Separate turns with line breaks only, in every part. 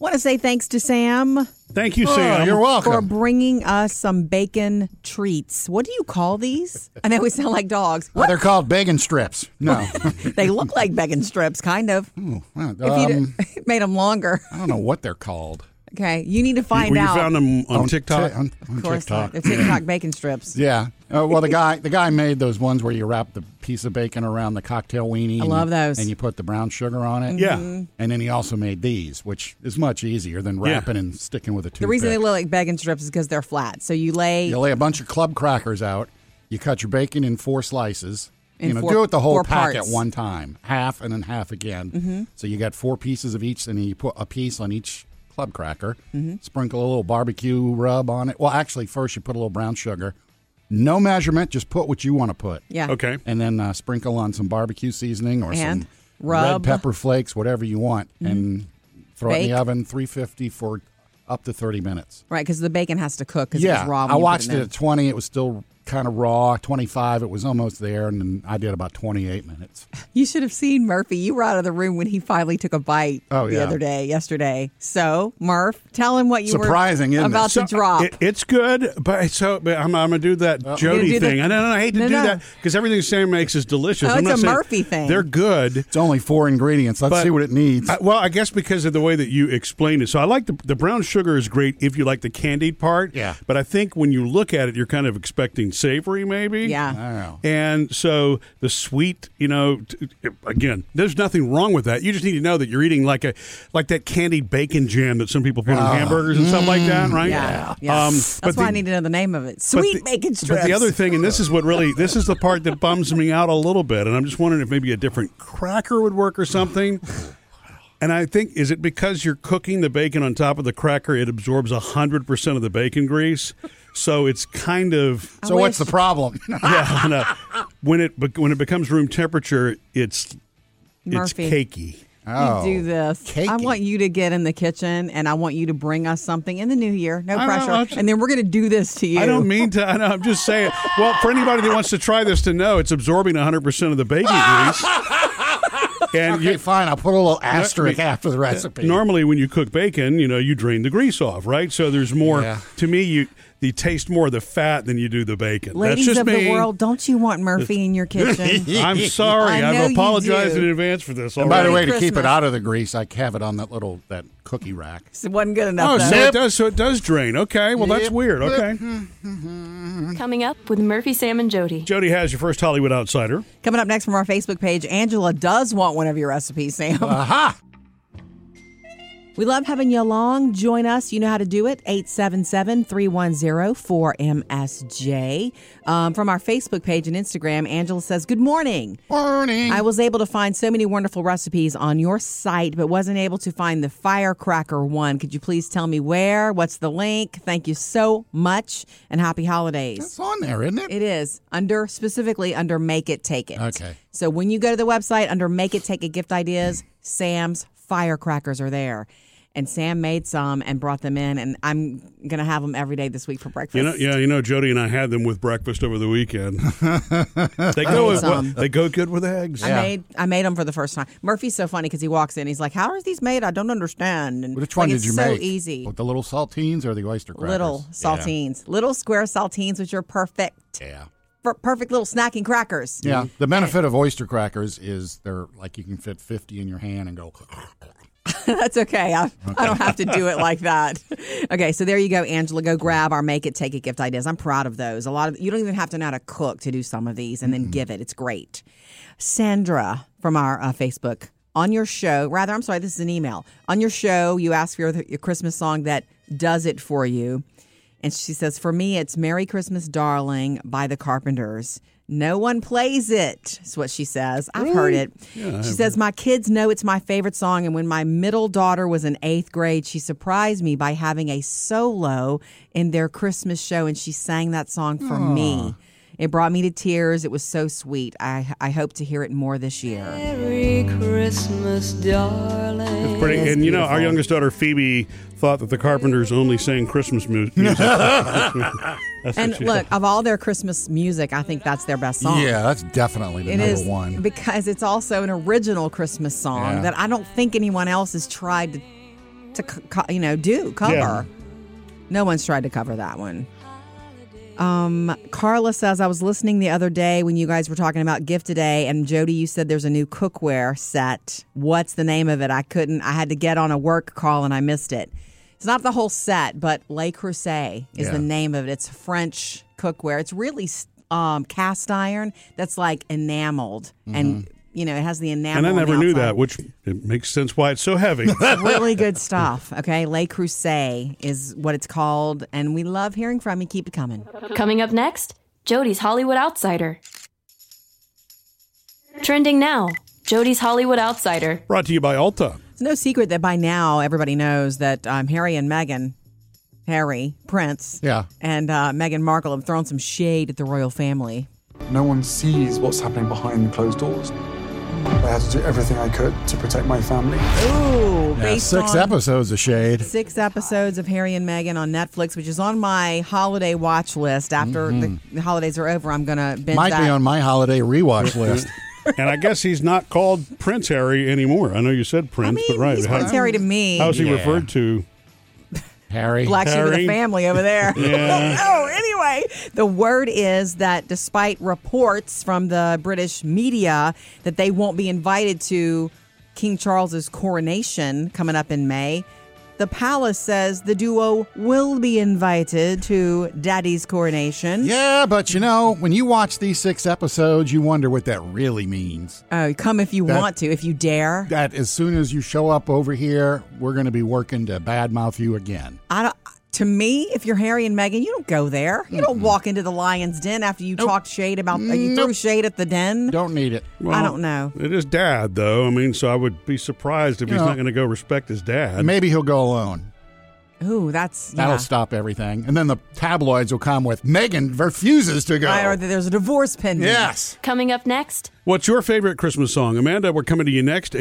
Want to say thanks to Sam
Thank you,
Oh,
Sam.
you're welcome.
for bringing us some bacon treats. What do you call these? I know we sound like dogs.
Oh, they're called bacon strips. No.
They look like bacon strips, kind of.
Well,
If you
um,
made them longer.
I don't know what they're called.
Okay, you need to find
well,
out.
you found him on,
On
TikTok.
Ti- on, on
of course,
TikTok.
the TikTok bacon strips.
Yeah. Uh, well, the guy the guy made those ones where you wrap the piece of bacon around the cocktail weenie.
I
and-
love those. Mm-hmm.
And you put the brown sugar on it.
Yeah. Mhm.
And then he also made these, which is much easier than
Yeah.
wrapping and sticking with a toothpick.
The reason they look like bacon strips is because they're flat. So you lay
you lay a bunch of club crackers out. You cut your bacon in four slices.
In
you know,
four-
do it the whole
four
pack
parts. Mm-hmm.
at one time, half and then half again. So you got four pieces of each, and then you put a piece on each club cracker.
Mm-hmm.
Sprinkle a little barbecue rub on it. Well, actually, first you put a little brown sugar. No measurement, just put what you want to put.
yeah.
Okay.
and then uh, sprinkle on some barbecue seasoning or
And
some
rub. Mm-hmm.
red pepper flakes, whatever you want, and throw it in
Bake.
the oven 350 for up to 30 minutes.
Right, because the bacon has to cook because
Yeah,
it's raw. When
I
you put
watched
in.
it at 20. It was still kind of raw. 25, it was almost there, and then I did about 28 minutes.
You should have seen Murphy. You were out of the room when he finally took a bite
Oh,
the
yeah.
other day, yesterday. So, Murph, tell him what you
Surprising,
were
isn't it?
about
So,
to drop.
It- it's good, but it's so but I'm, I'm gonna do that Jody
You're gonna do the-
thing. I, don't, I hate to
No,
do
no.
that because everything Sam makes is delicious.
Oh,
I'm
it's
not
a
saying-
Murphy thing.
They're good.
It's only four ingredients. Let's
But-
see what it needs.
I, well, I guess because of the way that you explained it. So I like the the brown sugar is great if you like the candied part.
Yeah.
But I think when you look at it, you're kind of expecting savory, maybe.
Yeah. I
don't know.
And so the sweet, you know, t- again, there's nothing wrong with that. You just need to know that you're eating like a like that candied bacon jam that some people put
Ah.
on hamburgers and stuff like that, right?
Mm.
Um,
yeah, yeah. That's why
but the-
I need to know the name of it.
but
Sweet
the-
bacon strips.
But the other thing, and this is what really, this is the part that bums me out a little bit, and I'm just wondering if maybe a different cracker would work or something. And I think, is it because you're cooking the bacon on top of the cracker, it absorbs 100% of the bacon grease? So it's kind of,
so what's the
wish-
problem?
yeah, no. when, it, bec- when it becomes room temperature, it's, it's
Murphy.
cakey.
Oh,
you do this. I
cakey.
want you to get in the kitchen and I want you to bring us something in the new year. No
I don't-
pressure.
I'll ju-
and then we're going to do this to you.
I don't mean to. I know, I'm just saying. Well, for anybody that wants to try this to know, it's absorbing 100% of the bacon grease. And
okay,
you, uh,
fine. I'll put a little asterisk
I mean,
after the recipe.
Normally, when you cook bacon, you know you drain the grease off, right? So there's more.
Yeah.
To me, you you taste more of the fat than you do the bacon.
Ladies
That's just
of
me.
the world, don't you want Murphy in your kitchen?
I'm sorry.
I know
I've
you
apologized
do.
in advance for this.
By the
already.
Merry
way, to keep it
Christmas.
out of the grease, I have it on that little that cookie rack.
it wasn't good enough.
oh,
though.
so
Nope.
it does. So it does drain. Okay. Well, that's
Yep.
weird. Okay.
Coming up with Murphy, Sam, and Jody.
Jody has your first Hollywood outsider.
Coming up next from our Facebook page, Angela does want one of your recipes, Sam.
Aha!
We love having you along. Join us. You know how to do it. 877 310 4MSJ. Um, From our Facebook page and Instagram, Angela says, Good morning.
Morning.
I was able to find so many wonderful recipes on your site, but wasn't able to find the firecracker one. Could you please tell me where? What's the link? Thank you so much and happy holidays.
It's on there, isn't it?
It is under specifically under Make It Take It.
Okay.
So when you go to the website under Make It Take It gift ideas, Sam's firecrackers are there. And Sam made some and brought them in, and I'm gonna have them every day this week for breakfast.
You know, yeah, you know, Jody and I had them with breakfast over the weekend. they go with,
Awesome.
they go good with eggs.
I made I made them for the first time. Murphy's so funny because he walks in, he's like, "How are these made? I don't understand." And
Which one
like,
did you
it's so
make?
easy.
With the little saltines or the oyster crackers?
Little saltines, little square saltines, which are perfect,
Yeah.
for perfect little snacking crackers.
Yeah. The benefit of oyster crackers is they're like you can fit 50 in your hand and go.
That's okay. I, I don't have to do it like that. Okay, so there you go, Angela. Go grab our make it, take it gift ideas. I'm proud of those. A lot of you don't even have to know how to cook to do some of these and then give it. It's great. Sandra from our uh, Facebook on your show. Rather, I'm sorry. This is an email on your show. You ask for your, your Christmas song that does it for you, and she says, "For me, it's Merry Christmas, Darling" by the Carpenters. No one plays it, is what she says. I've heard it. she says, My kids know it's my favorite song. And when my middle daughter was in eighth grade, she surprised me by having a solo in their Christmas show, and she sang that song for me. It brought me to tears. It was so sweet. I, I hope to hear it more this year.
Merry Christmas, darling.
It's pretty, and you know, our youngest daughter Phoebe thought that the Carpenters only sang Christmas mu- music. That's what
And
she
look,
thought.
of all their Christmas music, I think that's their best song.
Yeah, that's definitely the
It
number
is
one.
because it's also an original Christmas song
Yeah.
that I don't think anyone else has tried to to c- co- you know do cover.
Yeah.
No one's tried to cover that one. Um, Carla says I was listening the other day when you guys were talking about gift today, and Jody, you said there's a new cookware set. What's the name of it? I couldn't. I had to get on a work call and I missed it. It's not the whole set, but Le Creuset is
Yeah.
the name of it. It's French cookware. It's really um, cast iron that's like enameled, and you know it has the enamel.
Mm-hmm. And I
on the
never knew
outside
that, which it makes sense why it's so heavy.
really good stuff. Okay, Le Creuset is what it's called, and we love hearing from you. Keep it coming.
Coming up next, Jody's Hollywood Outsider. Trending now, Jody's Hollywood Outsider.
Brought to you by Alta.
It's no secret that by now everybody knows that um, Harry and Meghan, Harry Prince,
Yeah.
and uh, Meghan Markle have thrown some shade at the royal family.
No one sees what's happening behind closed doors. I had to do everything I could to protect my family.
Ooh,
Yeah, six episodes of Shade.
Six episodes of Harry and Meghan on Netflix, which is on my holiday watch list. After the, the holidays are over, I'm gonna binge
Mm-hmm. Might
that.
be on my holiday rewatch list.
And I guess he's not called Prince Harry anymore. I know you said
I
Prince,
mean,
but right.
he's Prince
how,
Harry to me.
How's he
Yeah.
referred to?
Harry.
black sheep of the
Harry.
family over there.
Yeah.
oh, anyway, the word is that despite reports from the British media that they won't be invited to King Charles's coronation coming up in May, the palace says the duo will be invited to Daddy's coronation.
Yeah, but you know, when you watch these six episodes, you wonder what that really means.
Oh, come if you
That-
want to, if you dare.
That as soon as you show up over here, we're going to be working to badmouth you again.
I don't. To me, if you're Harry and Meghan, you don't go there. You don't walk into the lion's den after you talked shade about uh, you threw
Nope.
shade at the den.
Don't need it.
I don't know.
It is dad, though. I mean, so I would be surprised if he's
Yeah.
not going to go respect his dad.
Maybe he'll go alone.
Ooh, that's
That'll
yeah.
stop everything. And then the tabloids will come with Megan refuses to go.
Right, or that there's a divorce pending.
yes.
Coming up next,
What's your favorite Christmas song? Amanda, we're coming to you next,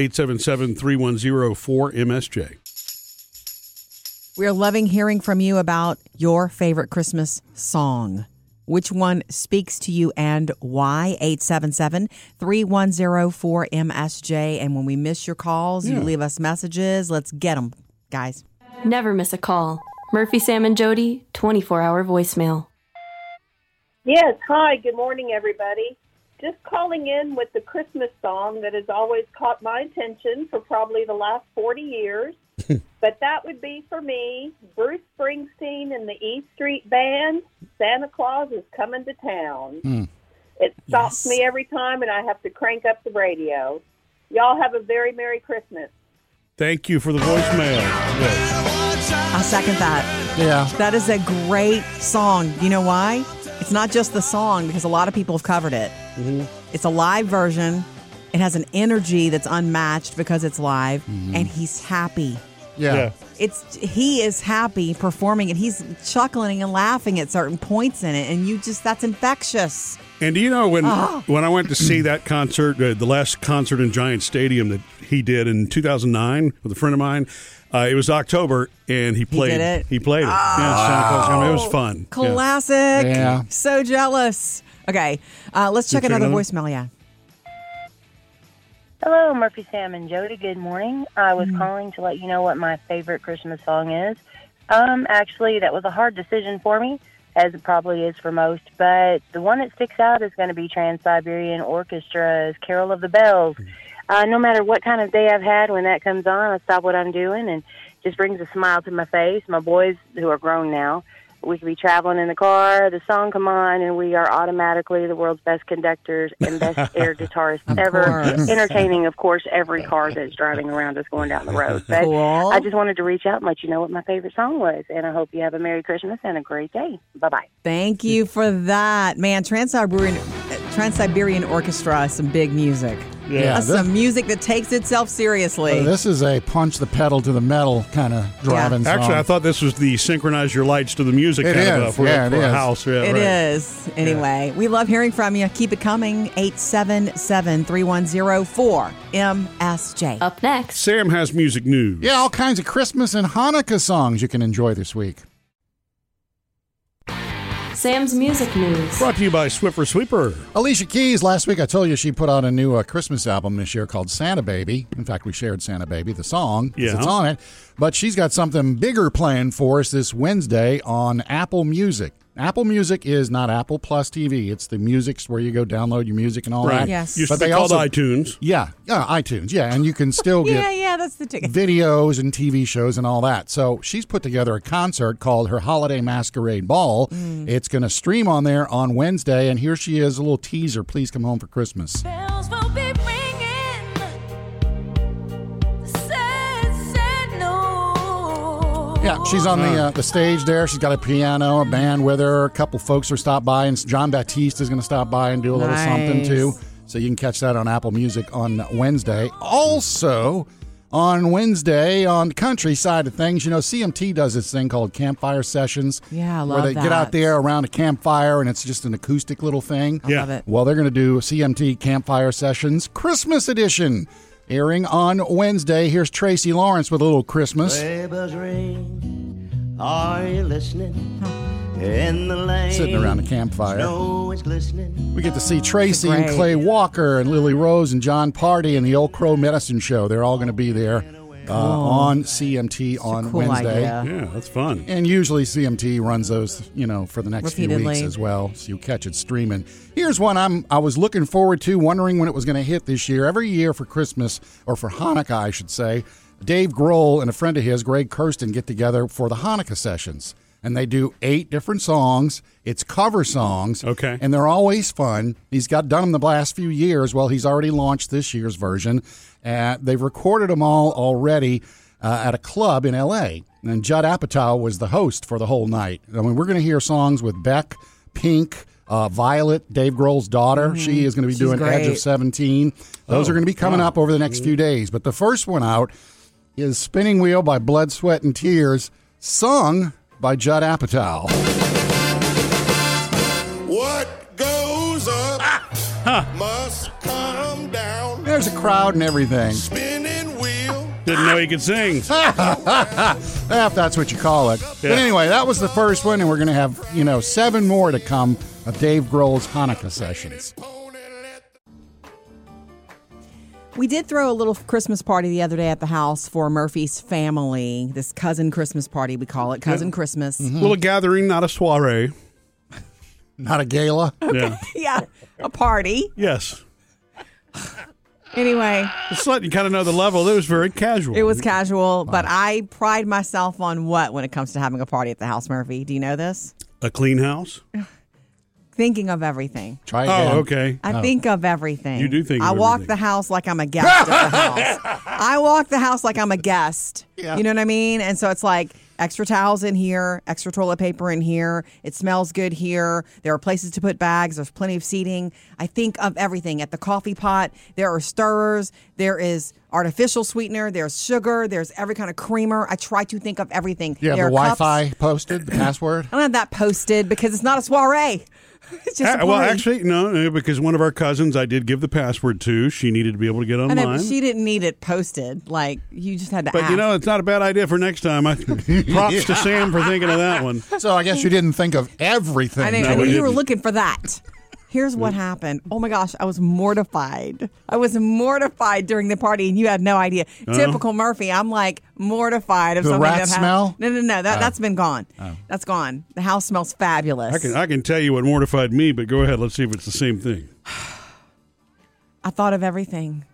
877-310-4MSJ.
We are loving hearing from you about your favorite Christmas song. Which one speaks to you and why? 877 3104 MSJ. And when we miss your calls, you leave us messages. Let's get them, guys.
never miss a call. Murphy, Sam, and Jody, 24 hour voicemail.
Yes, hi, good morning, everybody. Just calling in with the Christmas song that has always caught my attention for probably the last 40 years. but that would be for me Bruce Springsteen and the E Street Band. Santa Claus is coming to town. It stops
Yes.
me every time, and I have to crank up the radio. Y'all have a very Merry Christmas.
Thank you for the voicemail. Yes.
I second that.
Yeah.
That is a great song. You know why? It's not just the song, because a lot of people have covered it.
Mm-hmm.
It's a live version. It has an energy that's unmatched because it's live,
Mm-hmm.
and he's happy.
Yeah.
Yeah.
it's he is happy performing it. He's chuckling and laughing at certain points in it, and you just that's infectious.
And do you know when
Ah.
when I went to see that concert, uh, the last concert in Giant Stadium that he did in 2009 with a friend of mine, uh, it was October and he played
did it? Oh,
He played it. Yeah, Santa Claus Coming. It was fun. Yeah.
Classic.
Yeah.
So jealous. Okay, uh, let's check
check
another
another?
voicemail. Yeah.
Hello, Murphy, Sam, and Jody. Good morning. I was calling to let you know what my favorite Christmas song is. Um, actually, that was a hard decision for me, as it probably is for most. But the one that sticks out is going to be Trans Siberian Orchestra's "Carol of the Bells." Uh, no matter what kind of day I've had, when that comes on, I stop what I'm doing and just brings a smile to my face. My boys, who are grown now, we could be traveling in the car. The song come on, and we are automatically the world's best conductors and best air guitarists ever
course.
entertaining, of course, every car that's driving around us going down the road. But
Cool.
I just wanted to reach out and let you know what my favorite song was. And I hope you have a Merry Christmas and a great day. Bye bye.
Thank you for that, man. Trans Siberian Trans Siberian Orchestra is some big music.
Yeah.
That's
This, Oh,
some music that takes itself seriously.
this is a punch the pedal to the metal kind of driving song.
Actually, I thought this was the synchronize your lights to the music
It
kind of
is.
uh, for,
Yeah, it
for a
is.
house. Yeah,
It
right.
is. Anyway, we love hearing from you. Keep it coming. 877 3104 MSJ.
Up next,
Sam has music news.
yeah, all kinds of Christmas and Hanukkah songs you can enjoy this week.
Sam's Music News.
Brought to you by Swiffer Sweeper.
Alicia Keys, last week I told you she put out a new uh, Christmas album this year called Santa Baby. In fact, we shared Santa Baby, the song, 'cause
Yeah.
it's on it. But she's got something bigger planned for us this Wednesday on Apple Music. Apple Music is not Apple Plus TV. It's the music's where you go download your music and all that.
Yes.
Used
But
to be
they
called
also-
iTunes.
Yeah, yeah, iTunes. Yeah, and you can still get
Yeah, yeah, that's the ticket.
videos and TV shows and all that. So she's put together a concert called her Holiday Masquerade Ball. It's going to stream on there on Wednesday, and here she is, a little teaser. Please come home for Christmas.
Bells will be ringing. Sad, sad news.
Yeah, she's on the uh, the stage there. She's got a piano, a band with her. A couple folks are stop by, and John Baptiste is going to stop by and do a little
Nice.
something too. So you can catch that on Apple Music on Wednesday. Also on Wednesday on the country side of things, you know, CMT does this thing called campfire sessions.
Yeah, I love
where they get out
that.
there around a campfire and it's just an acoustic little thing.
Yeah.
Love it.
Well, they're going to do CMT Campfire Sessions Christmas Edition, airing on Wednesday. Here's Tracy Lawrence with a little Christmas. Sitting around a campfire. We get to see Tracy and
Great.
Clay Walker and Lily Rose and John Party and the Old Crow Medicine Show. They're all going to be there uh, on CMT on
cool
Wednesday.
idea.
Yeah, that's fun.
And usually CMT runs those, you know, for the next few
Repeatedly.
weeks as well. So you catch it streaming. Here's one I'm I was looking forward to, wondering when it was going to hit this year. Every year for Christmas or for Hanukkah, I should say, Dave Grohl and a friend of his, Greg Kirsten, get together for the Hanukkah sessions. And they do eight different songs. It's cover songs.
Okay.
And they're always fun. He's got done them the last few years. Well, he's already launched this year's version. Uh, they've recorded them all already uh, at a club in L.A. And Judd Apatow was the host for the whole night. I mean, we're going to hear songs with Beck, Pink, uh, Violet, Dave Grohl's daughter. She is going to be doing Edge of
great.
17. Those are going to be coming up over the next few days. But the first one out is Spinning Wheel by Blood, Sweat, and Tears, sung by Judd Apatow.
What goes up must come down.
There's a crowd and everything.
Spinning wheel.
Didn't know he could sing.
if that's what you call it. But anyway, that was the first one, and we're going to have, you know, seven more to come of Dave Grohl's Hanukkah sessions.
pony let
We did throw a little Christmas party the other day at the house for Murphy's family. This cousin Christmas party, we call it cousin Christmas.
Little gathering, not a soiree.
Not a gala.
Yeah.
Yeah, a party.
Yes.
Anyway,
Just letting you kind of know the level. It was very casual.
it was casual, but I pride myself on what when it comes to having a party at the house, Murphy? Do you know this?
a clean house.
Thinking of everything.
Try again.
Oh, okay.
I think of everything.
You do think
I
of
walk
everything.
the house like I'm a guest at the house. I walk the house like I'm a guest.
Yeah.
You know what I mean? And so it's like extra towels in here, extra toilet paper in here. It smells good here. There are places to put bags. There's plenty of seating. I think of everything. At the coffee pot, there are stirrers. There is artificial sweetener. There's sugar. There's every kind of creamer. I try to think of everything.
You have
there
the
are cups.
Wi-Fi posted, the password.
I don't have that posted because it's not a soiree. It's just a
Uh, well,
party.
actually, no, no, because one of our cousins I did give the password to. She needed to be able to get
I
online.
know, but she didn't need it posted. Like you just had to.
but
ask.
you know, it's not a bad idea for next time. I, props to Sam for thinking of that one.
So I guess you didn't think of everything.
I, knew,
though.
I knew
we
you were
didn't.
looking for that. Here's what happened. Oh my gosh, I was mortified. I was mortified during the party, and you had no idea.
Uh-huh.
Typical Murphy. I'm like mortified of
The
something
rat
that hap-
smell?
No, no, no. That that's been gone. That's gone. The house smells fabulous.
Uh. Oh. I can I can tell you what mortified me, but go ahead. Let's see if it's the same thing.
I thought of everything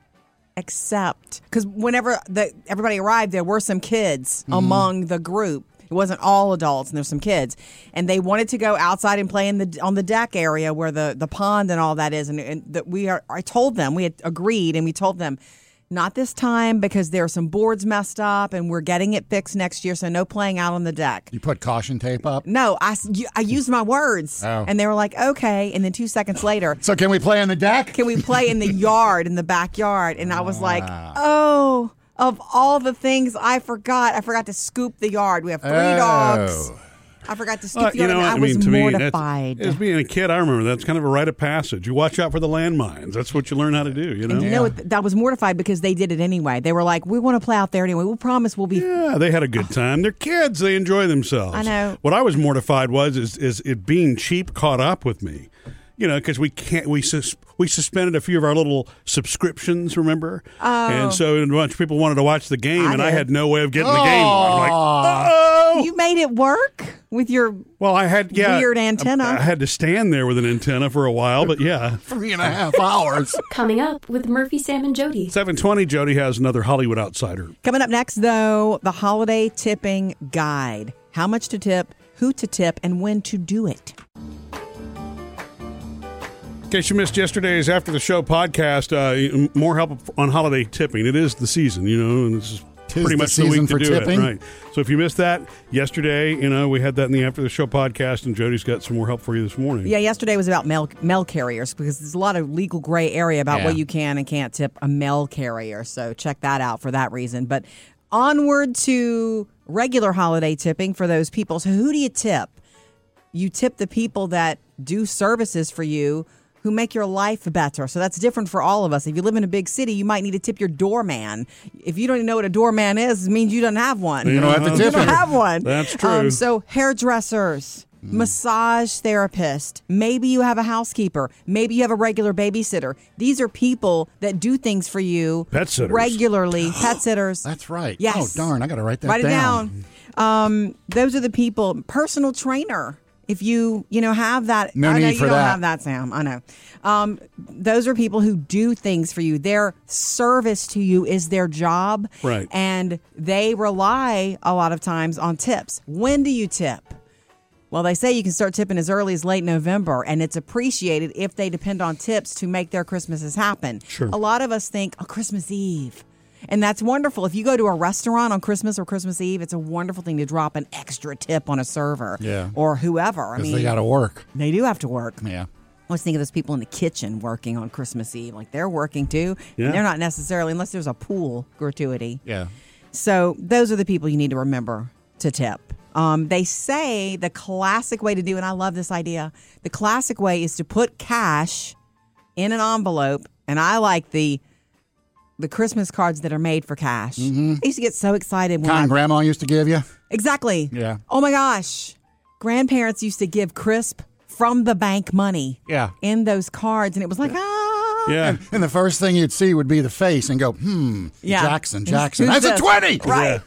except because whenever the, everybody arrived, there were some kids among the group. It wasn't all adults, and there's some kids, and they wanted to go outside and play in the on the deck area where the the pond and all that is. And, and that we are, I told them we had agreed, and we told them. Not this time because there are some boards messed up and we're getting it fixed next year, so no playing out on the deck.
You put caution tape up.
No, I, s- you- I used my words.
Oh.
And they were like, okay. And then two seconds later,
So can we play on the deck?
can we play in the yard in the backyard and i was like oh of all the things i forgot i forgot to scoop the yard we have three
Oh.
dogs I forgot to stick
Uh,
together. and I, was mortified.
Me, as being a kid, I remember that's kind of a rite of passage. You watch out for the landmines. That's what you learn how to do. You know.
and you know what? Th- That was mortified because they did it anyway. They were like, "We want to play out there anyway. We promise we'll be."
Yeah, they had a good time. They're kids. They enjoy themselves.
I know.
What I was mortified was is is it being cheap caught up with me. You know, because we can't we sus- we suspended a few of our little subscriptions. Remember?
Oh.
And so a bunch of people wanted to watch the game,
I
and I
did.
had no way of getting the game. I'm like, oh.
You made it work with your
Well, I had yeah
Weird antenna.
I, I had to stand there with an antenna for a while, but yeah.
Three and a half hours.
Coming up with Murphy, Sam, and Jody.
Seven twenty. Jody has another Hollywood outsider.
Coming up next, though, the holiday tipping guide how much to tip, who to tip, and when to do it.
In case you missed yesterday's after the show podcast, uh, more help on holiday tipping. It is the season, you know, and this is
Tis
pretty
the
much the
season
week to
for
do
tipping.
it, right? So if you missed that yesterday, you know, we had that in the after the show podcast, and Jody's got some more help for you this morning.
Mm-hmm.
Yeah, yesterday was about mail, mail carriers because there's a lot of legal gray area about
Yeah.
what you can and can't tip a mail carrier. So check that out for that reason. But onward to regular holiday tipping for those people. So who do you tip? You tip the people that do services for you who make your life better. So that's different for all of us. If you live in a big city, you might need to tip your doorman. If you don't even know what a doorman is, it means you don't have one.
You
don't have to
You
tip
don't
him.
have one.
That's true.
Um,
Mm-hmm.
so hairdressers,
Mm.
massage therapist, maybe you have a housekeeper, maybe you have a regular babysitter. These are people that do things for you
Pet sitters.
regularly, pet sitters.
That's right.
Yes.
Oh darn! I got to write that
Write it
down.
down. Um, those are the people. Personal trainer. If you you know have that,
No
I know
need
you
for
don't
that.
have that, Sam. I know. Um, those are people who do things for you. Their service to you is their job,
Right.
And they rely a lot of times on tips. When do you tip? Well, they say you can start tipping as early as late November, and it's appreciated if they depend on tips to make their Christmases happen. Sure. A lot of us think, oh, Christmas Eve. And that's wonderful. If you go to a restaurant on Christmas or Christmas Eve, it's a wonderful thing to drop an extra tip on a server
Yeah.
or whoever. I
Because
mean,
they got to work.
they do have to work.
Yeah.
I was thinking of those people in the kitchen working on Christmas Eve. Like they're working too.
Yeah.
And they're not necessarily, unless there's a pool gratuity.
Yeah.
So those are the people you need to remember to tip. Um, they say the classic way to do, and I love this idea. The classic way is to put cash in an envelope, and I like the the Christmas cards that are made for cash. I used to get so excited when
Con
I,
grandma used to give you.
exactly.
Yeah.
Oh my gosh, grandparents used to give crisp from the bank money.
Yeah.
In those cards, and it was like ah.
Yeah.
And the first thing you'd see would be the face and go, hmm,
Yeah.
Jackson, Jackson.
Who's
That's a
this?
20.
Right.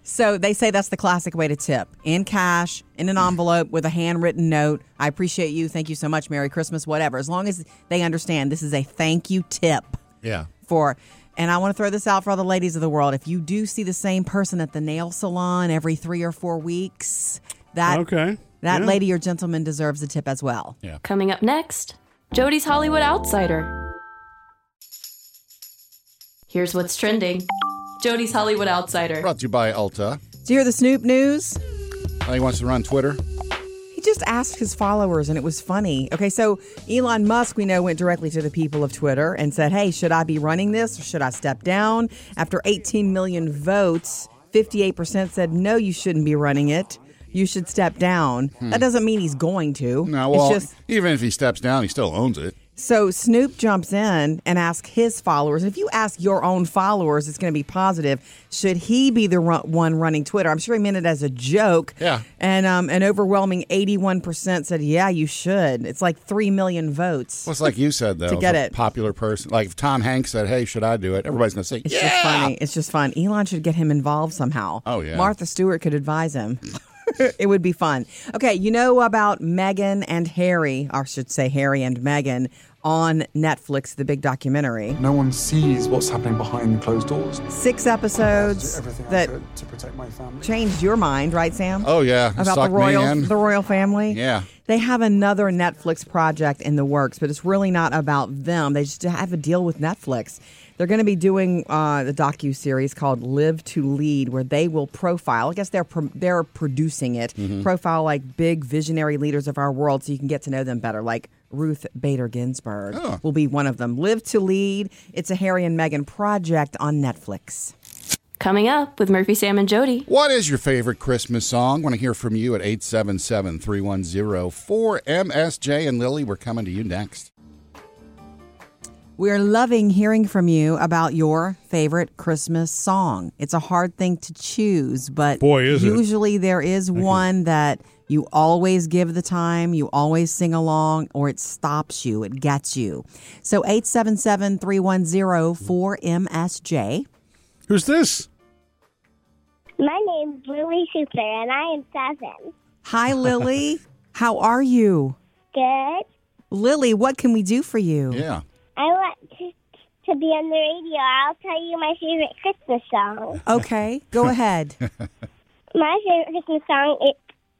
so they say that's the classic way to tip in cash, in an envelope with a handwritten note. I appreciate you. Thank you so much. Merry Christmas, whatever. As long as they understand this is a thank you tip
Yeah.
for. And I want to throw this out for all the ladies of the world. If you do see the same person at the nail salon every three or four weeks, that
Okay.
that
Yeah.
lady or gentleman deserves a tip as well.
Coming up next, Jody's Hollywood Outsider. Here's what's trending Jody's Hollywood Outsider.
Brought to you by Ulta.
Did you hear the Snoop news?
Oh, he wants to run Twitter.
He just asked his followers, and it was funny. Okay, so Elon Musk, we know, went directly to the people of Twitter and said, Hey, should I be running this or should I step down? After 18 million votes, 58% said, No, you shouldn't be running it. You should step down. That doesn't mean he's going to.
Hmm. No, well,
it's just
even if he steps down, he still owns it.
so Snoop jumps in and asks his followers. If you ask your own followers, it's going to be positive. Should he be the ru- one running Twitter? I'm sure he meant it as a joke.
Yeah.
And um, an overwhelming 81% said, yeah, you should. It's like 3 million votes.
Well, it's like you said, though.
To
if
get
a
it.
popular person. Like if Tom Hanks said, hey, should I do it? Everybody's going to say,
It's
yeah.
just funny. It's just fun. Elon should get him involved somehow.
Oh, yeah.
Martha Stewart could advise him. it would be fun. Okay, you know about Meghan and Harry, or I should say Harry and Meghan, on Netflix, the big documentary.
No one sees what's happening behind the closed doors.
Six
I do
episodes
everything I
that
could to protect my family.
changed your mind, right, Sam?
Oh, yeah.
about
Suck
the
me
royal
in.
the royal family.
Yeah.
They have another Netflix project in the works, but it's really not about them. They just have a deal with Netflix. They're going to be doing uh, the docu series called "Live to Lead," where they will profile. I guess they're pro- they're producing it.
Mm-hmm.
Profile like big visionary leaders of our world, so you can get to know them better. Like Ruth Bader Ginsburg
Oh.
will be one of them. "Live to Lead." It's a Harry and Meghan project on Netflix.
Coming up with Murphy, Sam, and Jody.
What is your favorite Christmas song? Want to hear from you at 877 310 4MSJ. And Lily, we're coming to you next.
We're loving hearing from you about your favorite Christmas song. It's a hard thing to choose, but
Boy, is it.
usually there is one that you always give the time, you always sing along, or it stops you, it gets you. So 877 310 4MSJ.
Who's this?
My name's Lily Super, and I am seven.
Hi, Lily. How are you?
Good.
Lily, what can we do for you?
Yeah.
I want to, to be on the radio. I'll tell you my favorite Christmas song.
Okay, go ahead.
My favorite Christmas song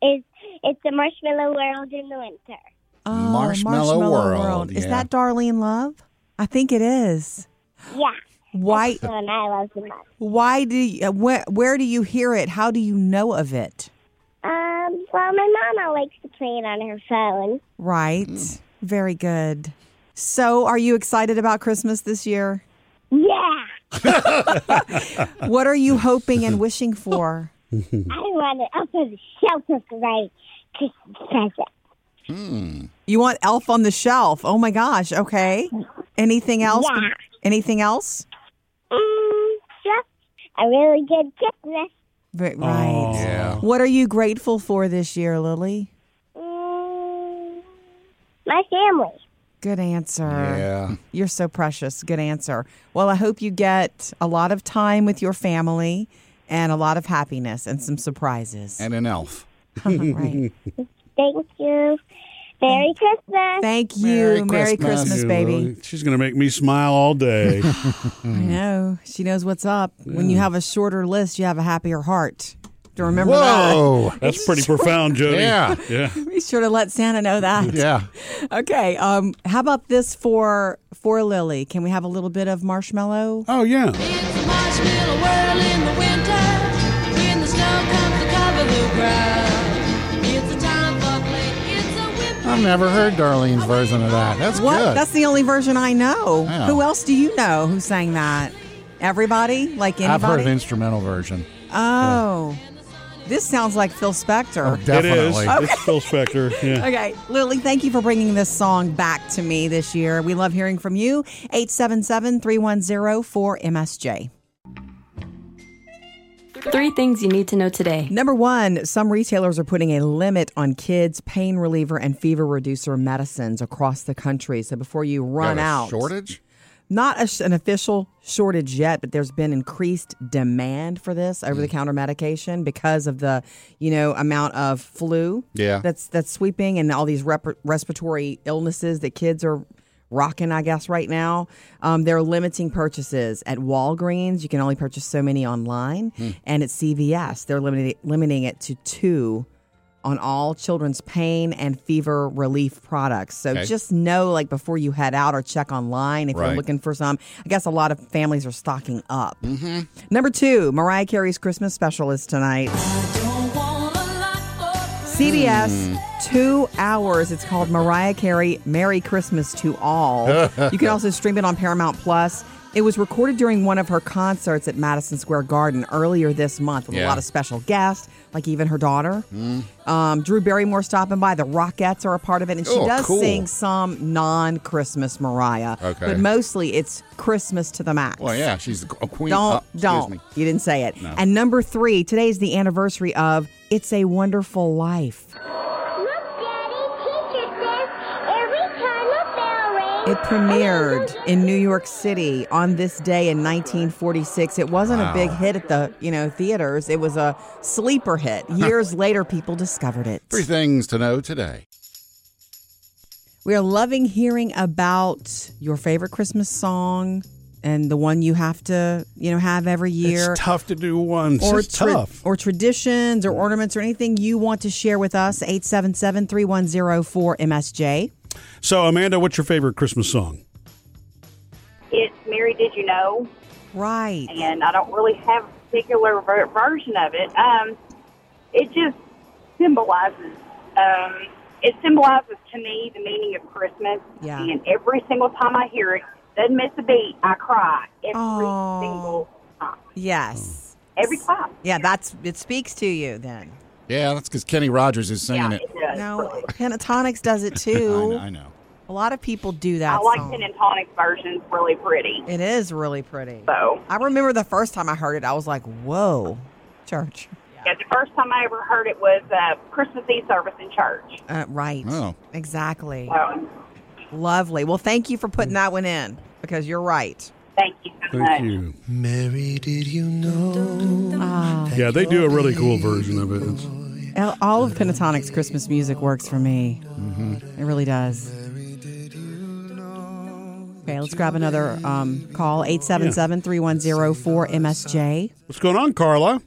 it is it's the Marshmallow World in the winter.
Oh,
Marshmallow World,
Is
yeah.
that Darlene Love? I think it is.
Yeah,
Why?
the one I love the most.
Why do you, uh, where, where do you hear it? How do you know of it?
Um, well, my mama likes to play it on her phone.
Right.
Mm.
Very good. So, are you excited about Christmas this year?
Yeah,
What are you hoping and wishing for?
I want it up on the shelf with the right Christmas present.
You want Elf on the Shelf. Oh my gosh. Okay. Anything else?
Yeah.
Anything else?
Mm, just a really good Christmas.
Right. right.
Oh, Yeah.
What are you grateful for this year, Lily?
Mm, my family.
Good answer.
Yeah.
You're so precious. Good answer. Well, I hope you get a lot of time with your family and a lot of happiness and some surprises.
And an elf.
right.
Thank you.
Hmm.
Merry Christmas.
Thank you.
Merry
Merry
Christmas.
Christmas,
You,
baby.
Lily. She's going to make me smile all day.
I know. She knows what's up. When you have a shorter list, you have a happier heart. Do you remember
Whoa.
That's pretty profound, Jody.
Yeah.
Yeah.
that? Be sure to let Santa know that.
yeah.
Okay. Um, how about this for for Lily? Can we have a little bit of marshmallow?
Oh, yeah.
It's a marshmallow world in the winter. When the snow comes to cover the ground. It's a time for play. It's a whip.
I've never heard Darlene's version of that. That's
What?
good.
That's the only version I know.
Yeah.
Who else do you know who sang that? Everybody? Like anybody?
I've heard an instrumental version.
Oh. This sounds like Phil
Oh,
Spector.
Definitely.
It is. It's Phil Spector. Yeah.
Okay, Lily, thank you for bringing this song back to me this year. We love hearing from you. 877 310 4MSJ.
Three things you need to know today.
Number one, some retailers are putting a limit on kids' pain reliever and fever reducer medicines across the country. So before you run
Got a
out,
Shortage?
not a, sh- an official shortage yet, but there's been increased demand for this over-the-counter medication because of the, you know, amount of flu
Yeah.
that's that's sweeping and all these rep- respiratory illnesses that kids are rocking, I guess, right now. Um, they're limiting purchases at Walgreens. You can only purchase so many online, and at CVS, they're limiting limiting it to two. On all children's pain and fever relief products. So
Okay.
just know, like, before you head out or check online if
Right.
you're looking for some. I guess a lot of families are stocking up.
Mm-hmm.
Number two, Mariah Carey's Christmas special is tonight.
Don't want a lot for
CBS,
Hmm.
two hours. It's called Mariah Carey Merry Christmas to All. you can also stream it on Paramount Plus. It was recorded during one of her concerts at Madison Square Garden earlier this month with a
Yeah. Hmm.
lot of special guests, like even her daughter. Um, Drew Barrymore stopping by. The Rockettes are a part of it. And she
Oh,
does
cool.
sing some non Christmas Mariah.
Okay.
But mostly it's Christmas to the max.
Well, yeah, she's a queen.
Don't,
oh, excuse
don't.
me.
You didn't say it. And number three, today is the anniversary of It's a Wonderful Life.
Look, Daddy, teacher says every time a bell rings.
It premiered in New York City on this day in 1946. It wasn't a big hit at the, you know, theaters. It was a sleeper hit. Years later people discovered it.
Three things to know today.
We are loving hearing about your favorite Christmas song and the one you have to, you know, have every year.
It's tough to do once.
or
it's
tra-
tough.
or traditions or ornaments or anything you want to share with us 877-3104-MSJ.
So, Amanda, what's your favorite Christmas song?
It's Mary Did You Know,
Right.
and I don't really have a particular ver- version of it. Um, it just symbolizes, um, it symbolizes to me the meaning of Christmas.
Yeah.
And every single time I hear it, doesn't miss a beat, I cry every
Aw.
single time.
Yes.
every time.
Yeah, that's it speaks to you then.
Yeah, that's because Kenny Rogers is singing it.
does.
No, pentatonics does it too.
I know.
A lot of people do that.
I like
song.
Gin and Tonic versions, really pretty.
It is really pretty.
So.
I remember the first time I heard it, I was like, "Whoa, church!"
Yeah, the first time I ever heard it was uh, Christmas Eve service in church.
Uh, right?
Oh.
exactly.
So,
Lovely. Well, thank you for putting that one in because you're right.
thank you so much.
you.
Mary, did you know?
Yeah, they do a really cool version of it. It's,
All- Uh, All of Pentatonic's Christmas music works for me.
Mm-hmm.
It really does. Okay, let's grab another um, call 877 310 4MSJ.
what's going on, Carla?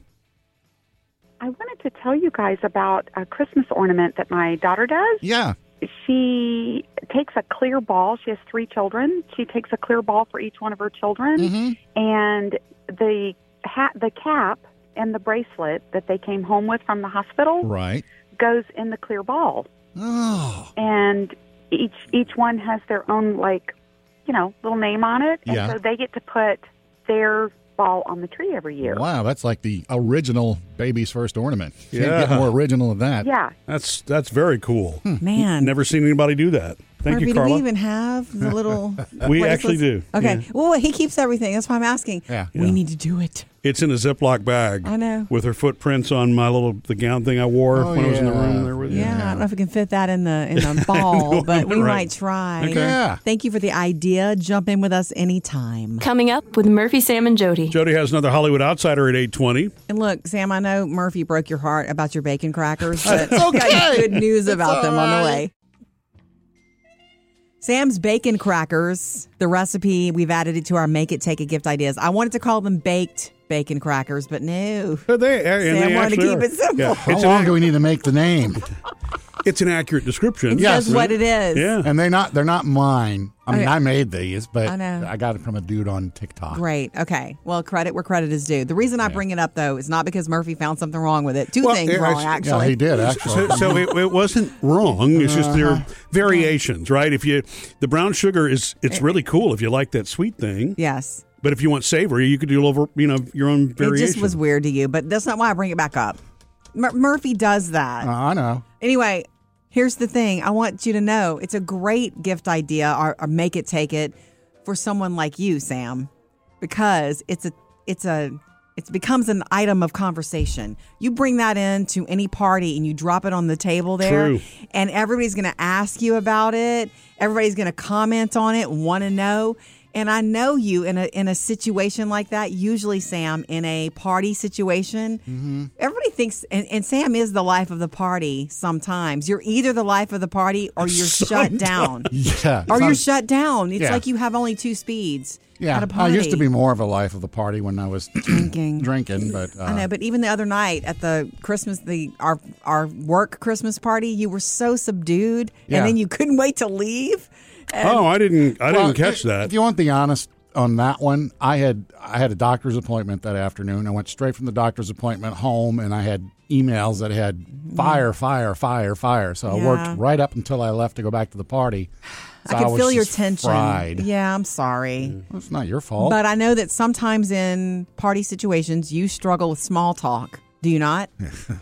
I wanted to tell you guys about a Christmas ornament that my daughter does.
Yeah.
She takes a clear ball. She has three children. She takes a clear ball for each one of her children, and the hat, the cap, and the bracelet that they came home with from the hospital
Right.
goes in the clear ball.
Oh.
And each each one has their own like, you know, little name on it, and
Yeah.
so they get to put their ball on the tree every year.
Wow, that's like the original baby's first ornament. Can't
Yeah.
get more original than that.
Yeah.
That's that's very cool.
Hmm. Man.
never seen anybody do that. Thank
Harvey,
you,
Do we
Carla.
even have the little.
We
bracelets?
actually do,
Okay.
yeah.
Well, he keeps everything. That's why I'm asking.
Yeah.
We need to do it.
It's in a Ziploc bag.
I know.
With her footprints on my little the gown thing I wore
Oh,
when I was in the
yeah.
room there with you.
Yeah, I don't know if we can fit that in the in the ball, but we
Right.
might try.
Okay. Yeah.
Thank you for the idea. Jump in with us anytime.
Coming up with Murphy, Sam, and Jody.
Jody has another Hollywood outsider at eight twenty.
And look, Sam, I know Murphy broke your heart about your bacon crackers, but
It's
got
okay.
good news
It's
about them on
all
the
right.
way. Sam's bacon crackers, the recipe, we've added it to our make it take a gift ideas. I wanted to call them baked bacon crackers, but uh, no.
They, and
Sam wanted
they
to
actually
keep
are.
it simple.
Yeah.
How
It's an
long do we need to make the name?
It's an accurate description.
It says what it is.
Yeah.
And they're not they're not mine. I
Oh,
mean,
Okay.
I made these, but
I know.
I got it from a dude on TikTok.
Great. Okay. Well, credit where credit is due. The reason I bring it up, though, is not because Murphy found something wrong with it. Two
Well,
things
it-
wrong,
it's-
actually.
Yeah, he did,
So,
actually.
so it, it wasn't wrong. It's just there are
Uh-huh.
variations, right? If you the brown sugar is, it's really cool if you like that sweet thing.
Yes.
But if you want savory, you could do a little, you know, your own variation.
It just was weird to you, but that's not why I bring it back up. Mur- Murphy does that.
Uh, I know.
Anyway, here's the thing I want you to know it's a great gift idea or, or make it take it for someone like you, Sam, because it's a, it's a, it becomes an item of conversation. You bring that in to any party and you drop it on the table there,
True.
and everybody's going to ask you about it. Everybody's going to comment on it, want to know. And I know you in a in a situation like that. Usually, Sam, in a party situation, everybody thinks, and, and Sam is the life of the party. Sometimes you're either the life of the party or you're shut down,
Yeah.
or you're
Some-
shut down. It's
Yeah.
like you have only two speeds.
Yeah. Oh,
at a
I
party.
used to be more of a life of the party when I was
drinking.
drinking, but uh,
I know, but even the other night at the Christmas, the our our work Christmas party, you were so subdued,
Yeah.
and then you couldn't wait to leave. And-
Oh, I didn't. I
Well,
didn't catch
i-
that.
If you want the honest on that one, I had I had a doctor's appointment that afternoon. I went straight from the doctor's appointment home, and I had emails that had fire, fire, fire, fire. So I
Mm-hmm. Yeah.
worked right up until I left to go back to the party. So
I can
was
feel your
just
tension.
Fried.
Yeah, I'm sorry.
Well, it's not your fault.
But I know that sometimes in party situations, you struggle with small talk. Do you not?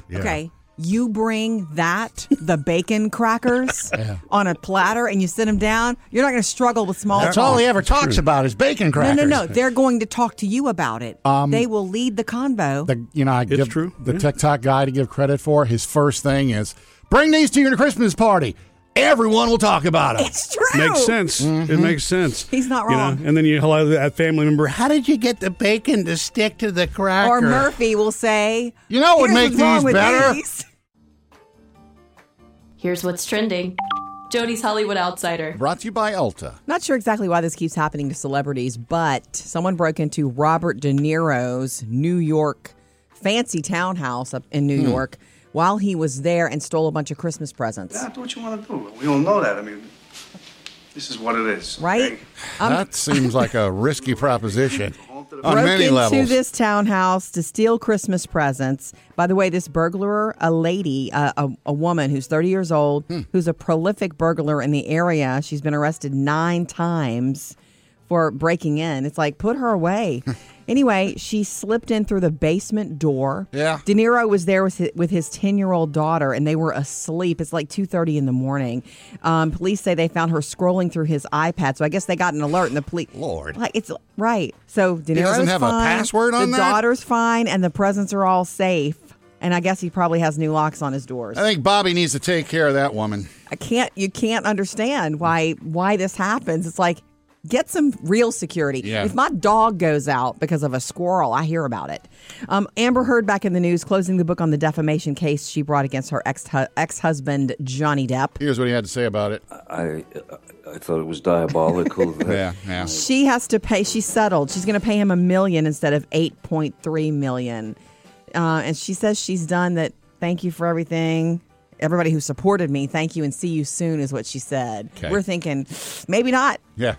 Yeah.
Okay. You bring that, the bacon crackers,
Yeah.
on a platter and you sit them down. You're not going to struggle with small
That's
talk.
all he ever talks about is bacon crackers.
No, no, no. They're going to talk to you about it.
Um,
they will lead the convo.
the you know I give the TikTok guy to give credit for. His first thing is bring these to your Christmas party. Everyone will talk about it.
It's true.
Makes sense. It makes sense.
Mm-hmm. He's not
You know,
wrong.
and then you hello that family member. How did you get the bacon to stick to the cracker?
or Murphy will say,
You know what would
"Here's
make
what's wrong
these
with
better?
these."
Here's what's trending Jody's Hollywood Outsider.
Brought to you by Ulta.
Not sure exactly why this keeps happening to celebrities, but someone broke into Robert De Niro's New York fancy townhouse up in New
Hmm.
York while he was there and stole a bunch of Christmas presents.
Yeah, do what you want to do. We all know that. I mean, this is what it is.
Right? Um,
that seems like a risky proposition on
broke
many
into
levels.
this townhouse to steal Christmas presents. By the way, this burglar, a lady, a, a, a woman who's 30 years
Hmm.
old, who's a prolific burglar in the area. She's been arrested nine times for breaking in. It's like, put her away. anyway, she slipped in through the basement door.
Yeah.
De Niro was there with his, with his 10 year old daughter, and they were asleep. It's like 2.30 in the morning. Um, police say they found her scrolling through his iPad. So I guess they got an alert, and the police.
Lord.
Like, it's right. So De Niro's
He doesn't have a
fine,
password on
the
that?
daughter's fine, and the presents are all safe. And I guess he probably has new locks on his doors.
I think Bobby needs to take care of that woman.
I can't you can't understand why why this happens. It's like get some real security.
Yeah.
If my dog goes out because of a squirrel, I hear about it. Um, Amber Heard back in the news closing the book on the defamation case she brought against her ex ex husband Johnny Depp.
Here's what he had to say about it.
I I thought it was diabolical. that-
Yeah, yeah.
She has to pay. She settled. She's going to pay him a million instead of eight point three million. Uh, and she says she's done that. Thank you for everything. Everybody who supported me, thank you and see you soon is what she said.
Okay.
We're thinking maybe not.
Yeah.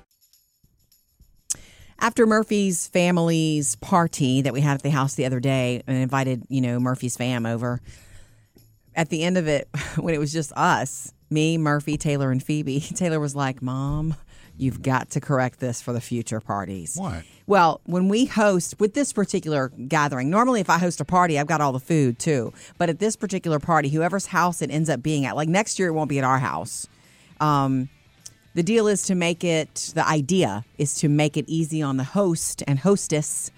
After Murphy's family's party that we had at the house the other day and invited, you know, Murphy's fam over, at the end of it, when it was just us, me, Murphy, Taylor, and Phoebe, Taylor was like, Mom, you've got to correct this for the future parties.
What?
Well, when we host with this particular gathering, normally if I host a party, I've got all the food too. But at this particular party, whoever's house it ends up being at, like next year, it won't be at our house. Um, the deal is to make it, the idea is to make it easy on the host and hostess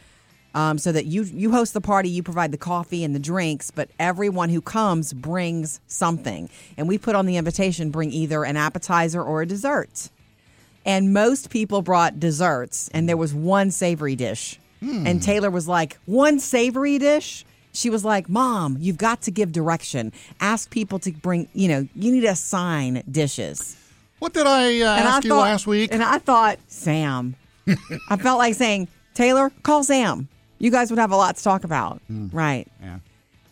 um, so that you, you host the party, you provide the coffee and the drinks, but everyone who comes brings something. And we put on the invitation bring either an appetizer or a dessert and most people brought desserts and there was one savory dish and taylor was like one savory dish she was like mom you've got to give direction ask people to bring you know you need to assign dishes
What did I uh,
and
ask
I
you
thought,
last week?
and i thought sam i felt like saying taylor call sam you guys would have a lot to talk about
Hmm.
right
yeah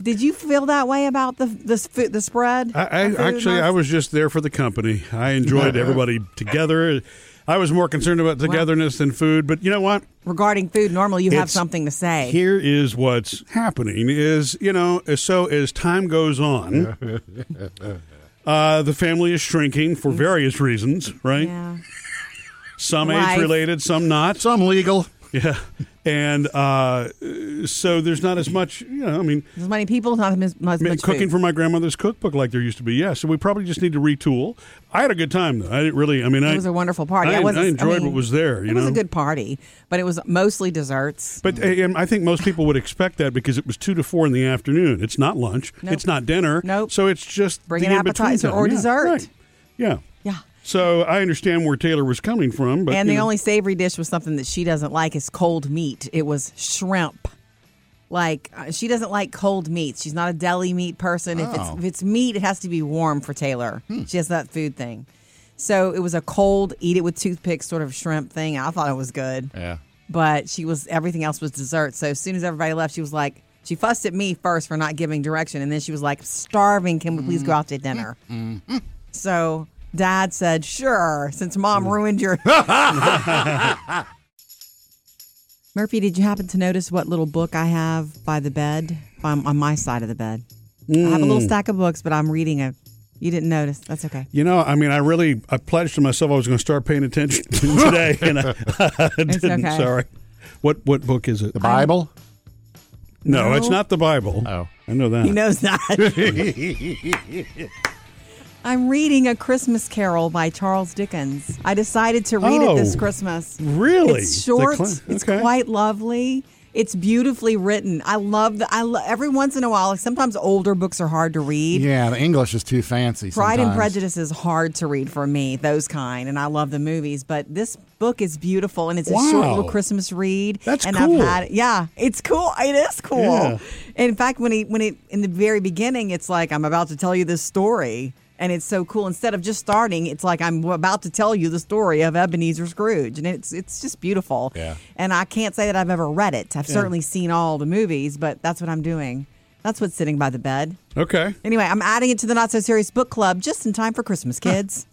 did you feel that way about the the, sp- the spread
I, I
Of food
actually
and
I was just there for the company. I enjoyed everybody together. I was more concerned about togetherness than food, but you know what?
regarding food normally you have
It's-
something to say
Here is what's happening is, you know, so as time goes on, uh, the family is shrinking for various reasons, right?
yeah
Some
Life.
age related, some not.
Some legal.
Yeah. And uh, so there's not as much, you know, I mean,
as many people not as, not as
Ma-
much
cooking
food.
from my grandmother's cookbook like there used to be. Yeah, so we probably just need to retool. I had a good time though. I didn't really. I mean, I,
it was a wonderful party.
I,
I, wasn't,
I enjoyed
mean,
what was there. You
it was
know,
a good party, but it was mostly desserts.
But uh, um, I think most people would expect that because it was two to four in the afternoon. It's not lunch.
Nope.
It's not dinner.
Nope.
So it's just
Bring
the
an
in-between
appetizer
time.
or
Yeah,
dessert.
right. Yeah.
Yeah.
So I understand where Taylor was coming from, but
and
you
the
know,
only savory dish was something that she doesn't like is cold meat. It was shrimp. Like uh, she doesn't like cold meat. She's not a deli meat person. If it's
Oh.
if it's meat, it has to be warm for Taylor.
Hmm.
She has that food thing. So it was a cold, eat it with toothpicks sort of shrimp thing. I thought it was good.
Yeah.
but she was everything else was dessert. So as soon as everybody left, she was like, she fussed at me first for not giving direction, and then she was like, starving. Can we please go out to dinner? So dad said, sure, since mom ruined your. Murphy, did you happen to notice what little book I have by the bed, on, on my side of the bed? I have a little
Mm.
stack of books, but I'm reading a. You didn't notice. That's okay.
You know, I mean, I really, I pledged to myself I was going to start paying attention today, and I, I didn't.
okay.
Sorry. What what book is it?
The Bible?
No,
No.
it's not the Bible.
Oh.
I know that.
He knows that. I'm reading A Christmas Carol by Charles Dickens. I decided to read it this
Oh,
Christmas.
really?
It's short.
The cla-
It's
okay.
quite lovely. It's beautifully written. I love the I lo- every once in a while, like sometimes older books are hard to read.
Yeah, the English is too fancy.
Pride and
sometimes.
Prejudice is hard to read for me, those kind, and I love the movies. But this book is beautiful, and it's a short
Wow.
little Christmas read.
That's
and
cool.
I've had, yeah, it's cool. It is cool.
Yeah.
In fact, when he when it in the very beginning, it's like I'm about to tell you this story, and it's so cool. Instead of just starting, it's like I'm about to tell you the story of Ebenezer Scrooge, and it's it's just beautiful.
Yeah.
And I can't say that I've ever read it. I've
Yeah.
certainly seen all the movies, but that's what I'm doing. That's what's sitting by the bed.
Okay.
Anyway, I'm adding it to the Not So Serious Book Club just in time for Christmas, kids.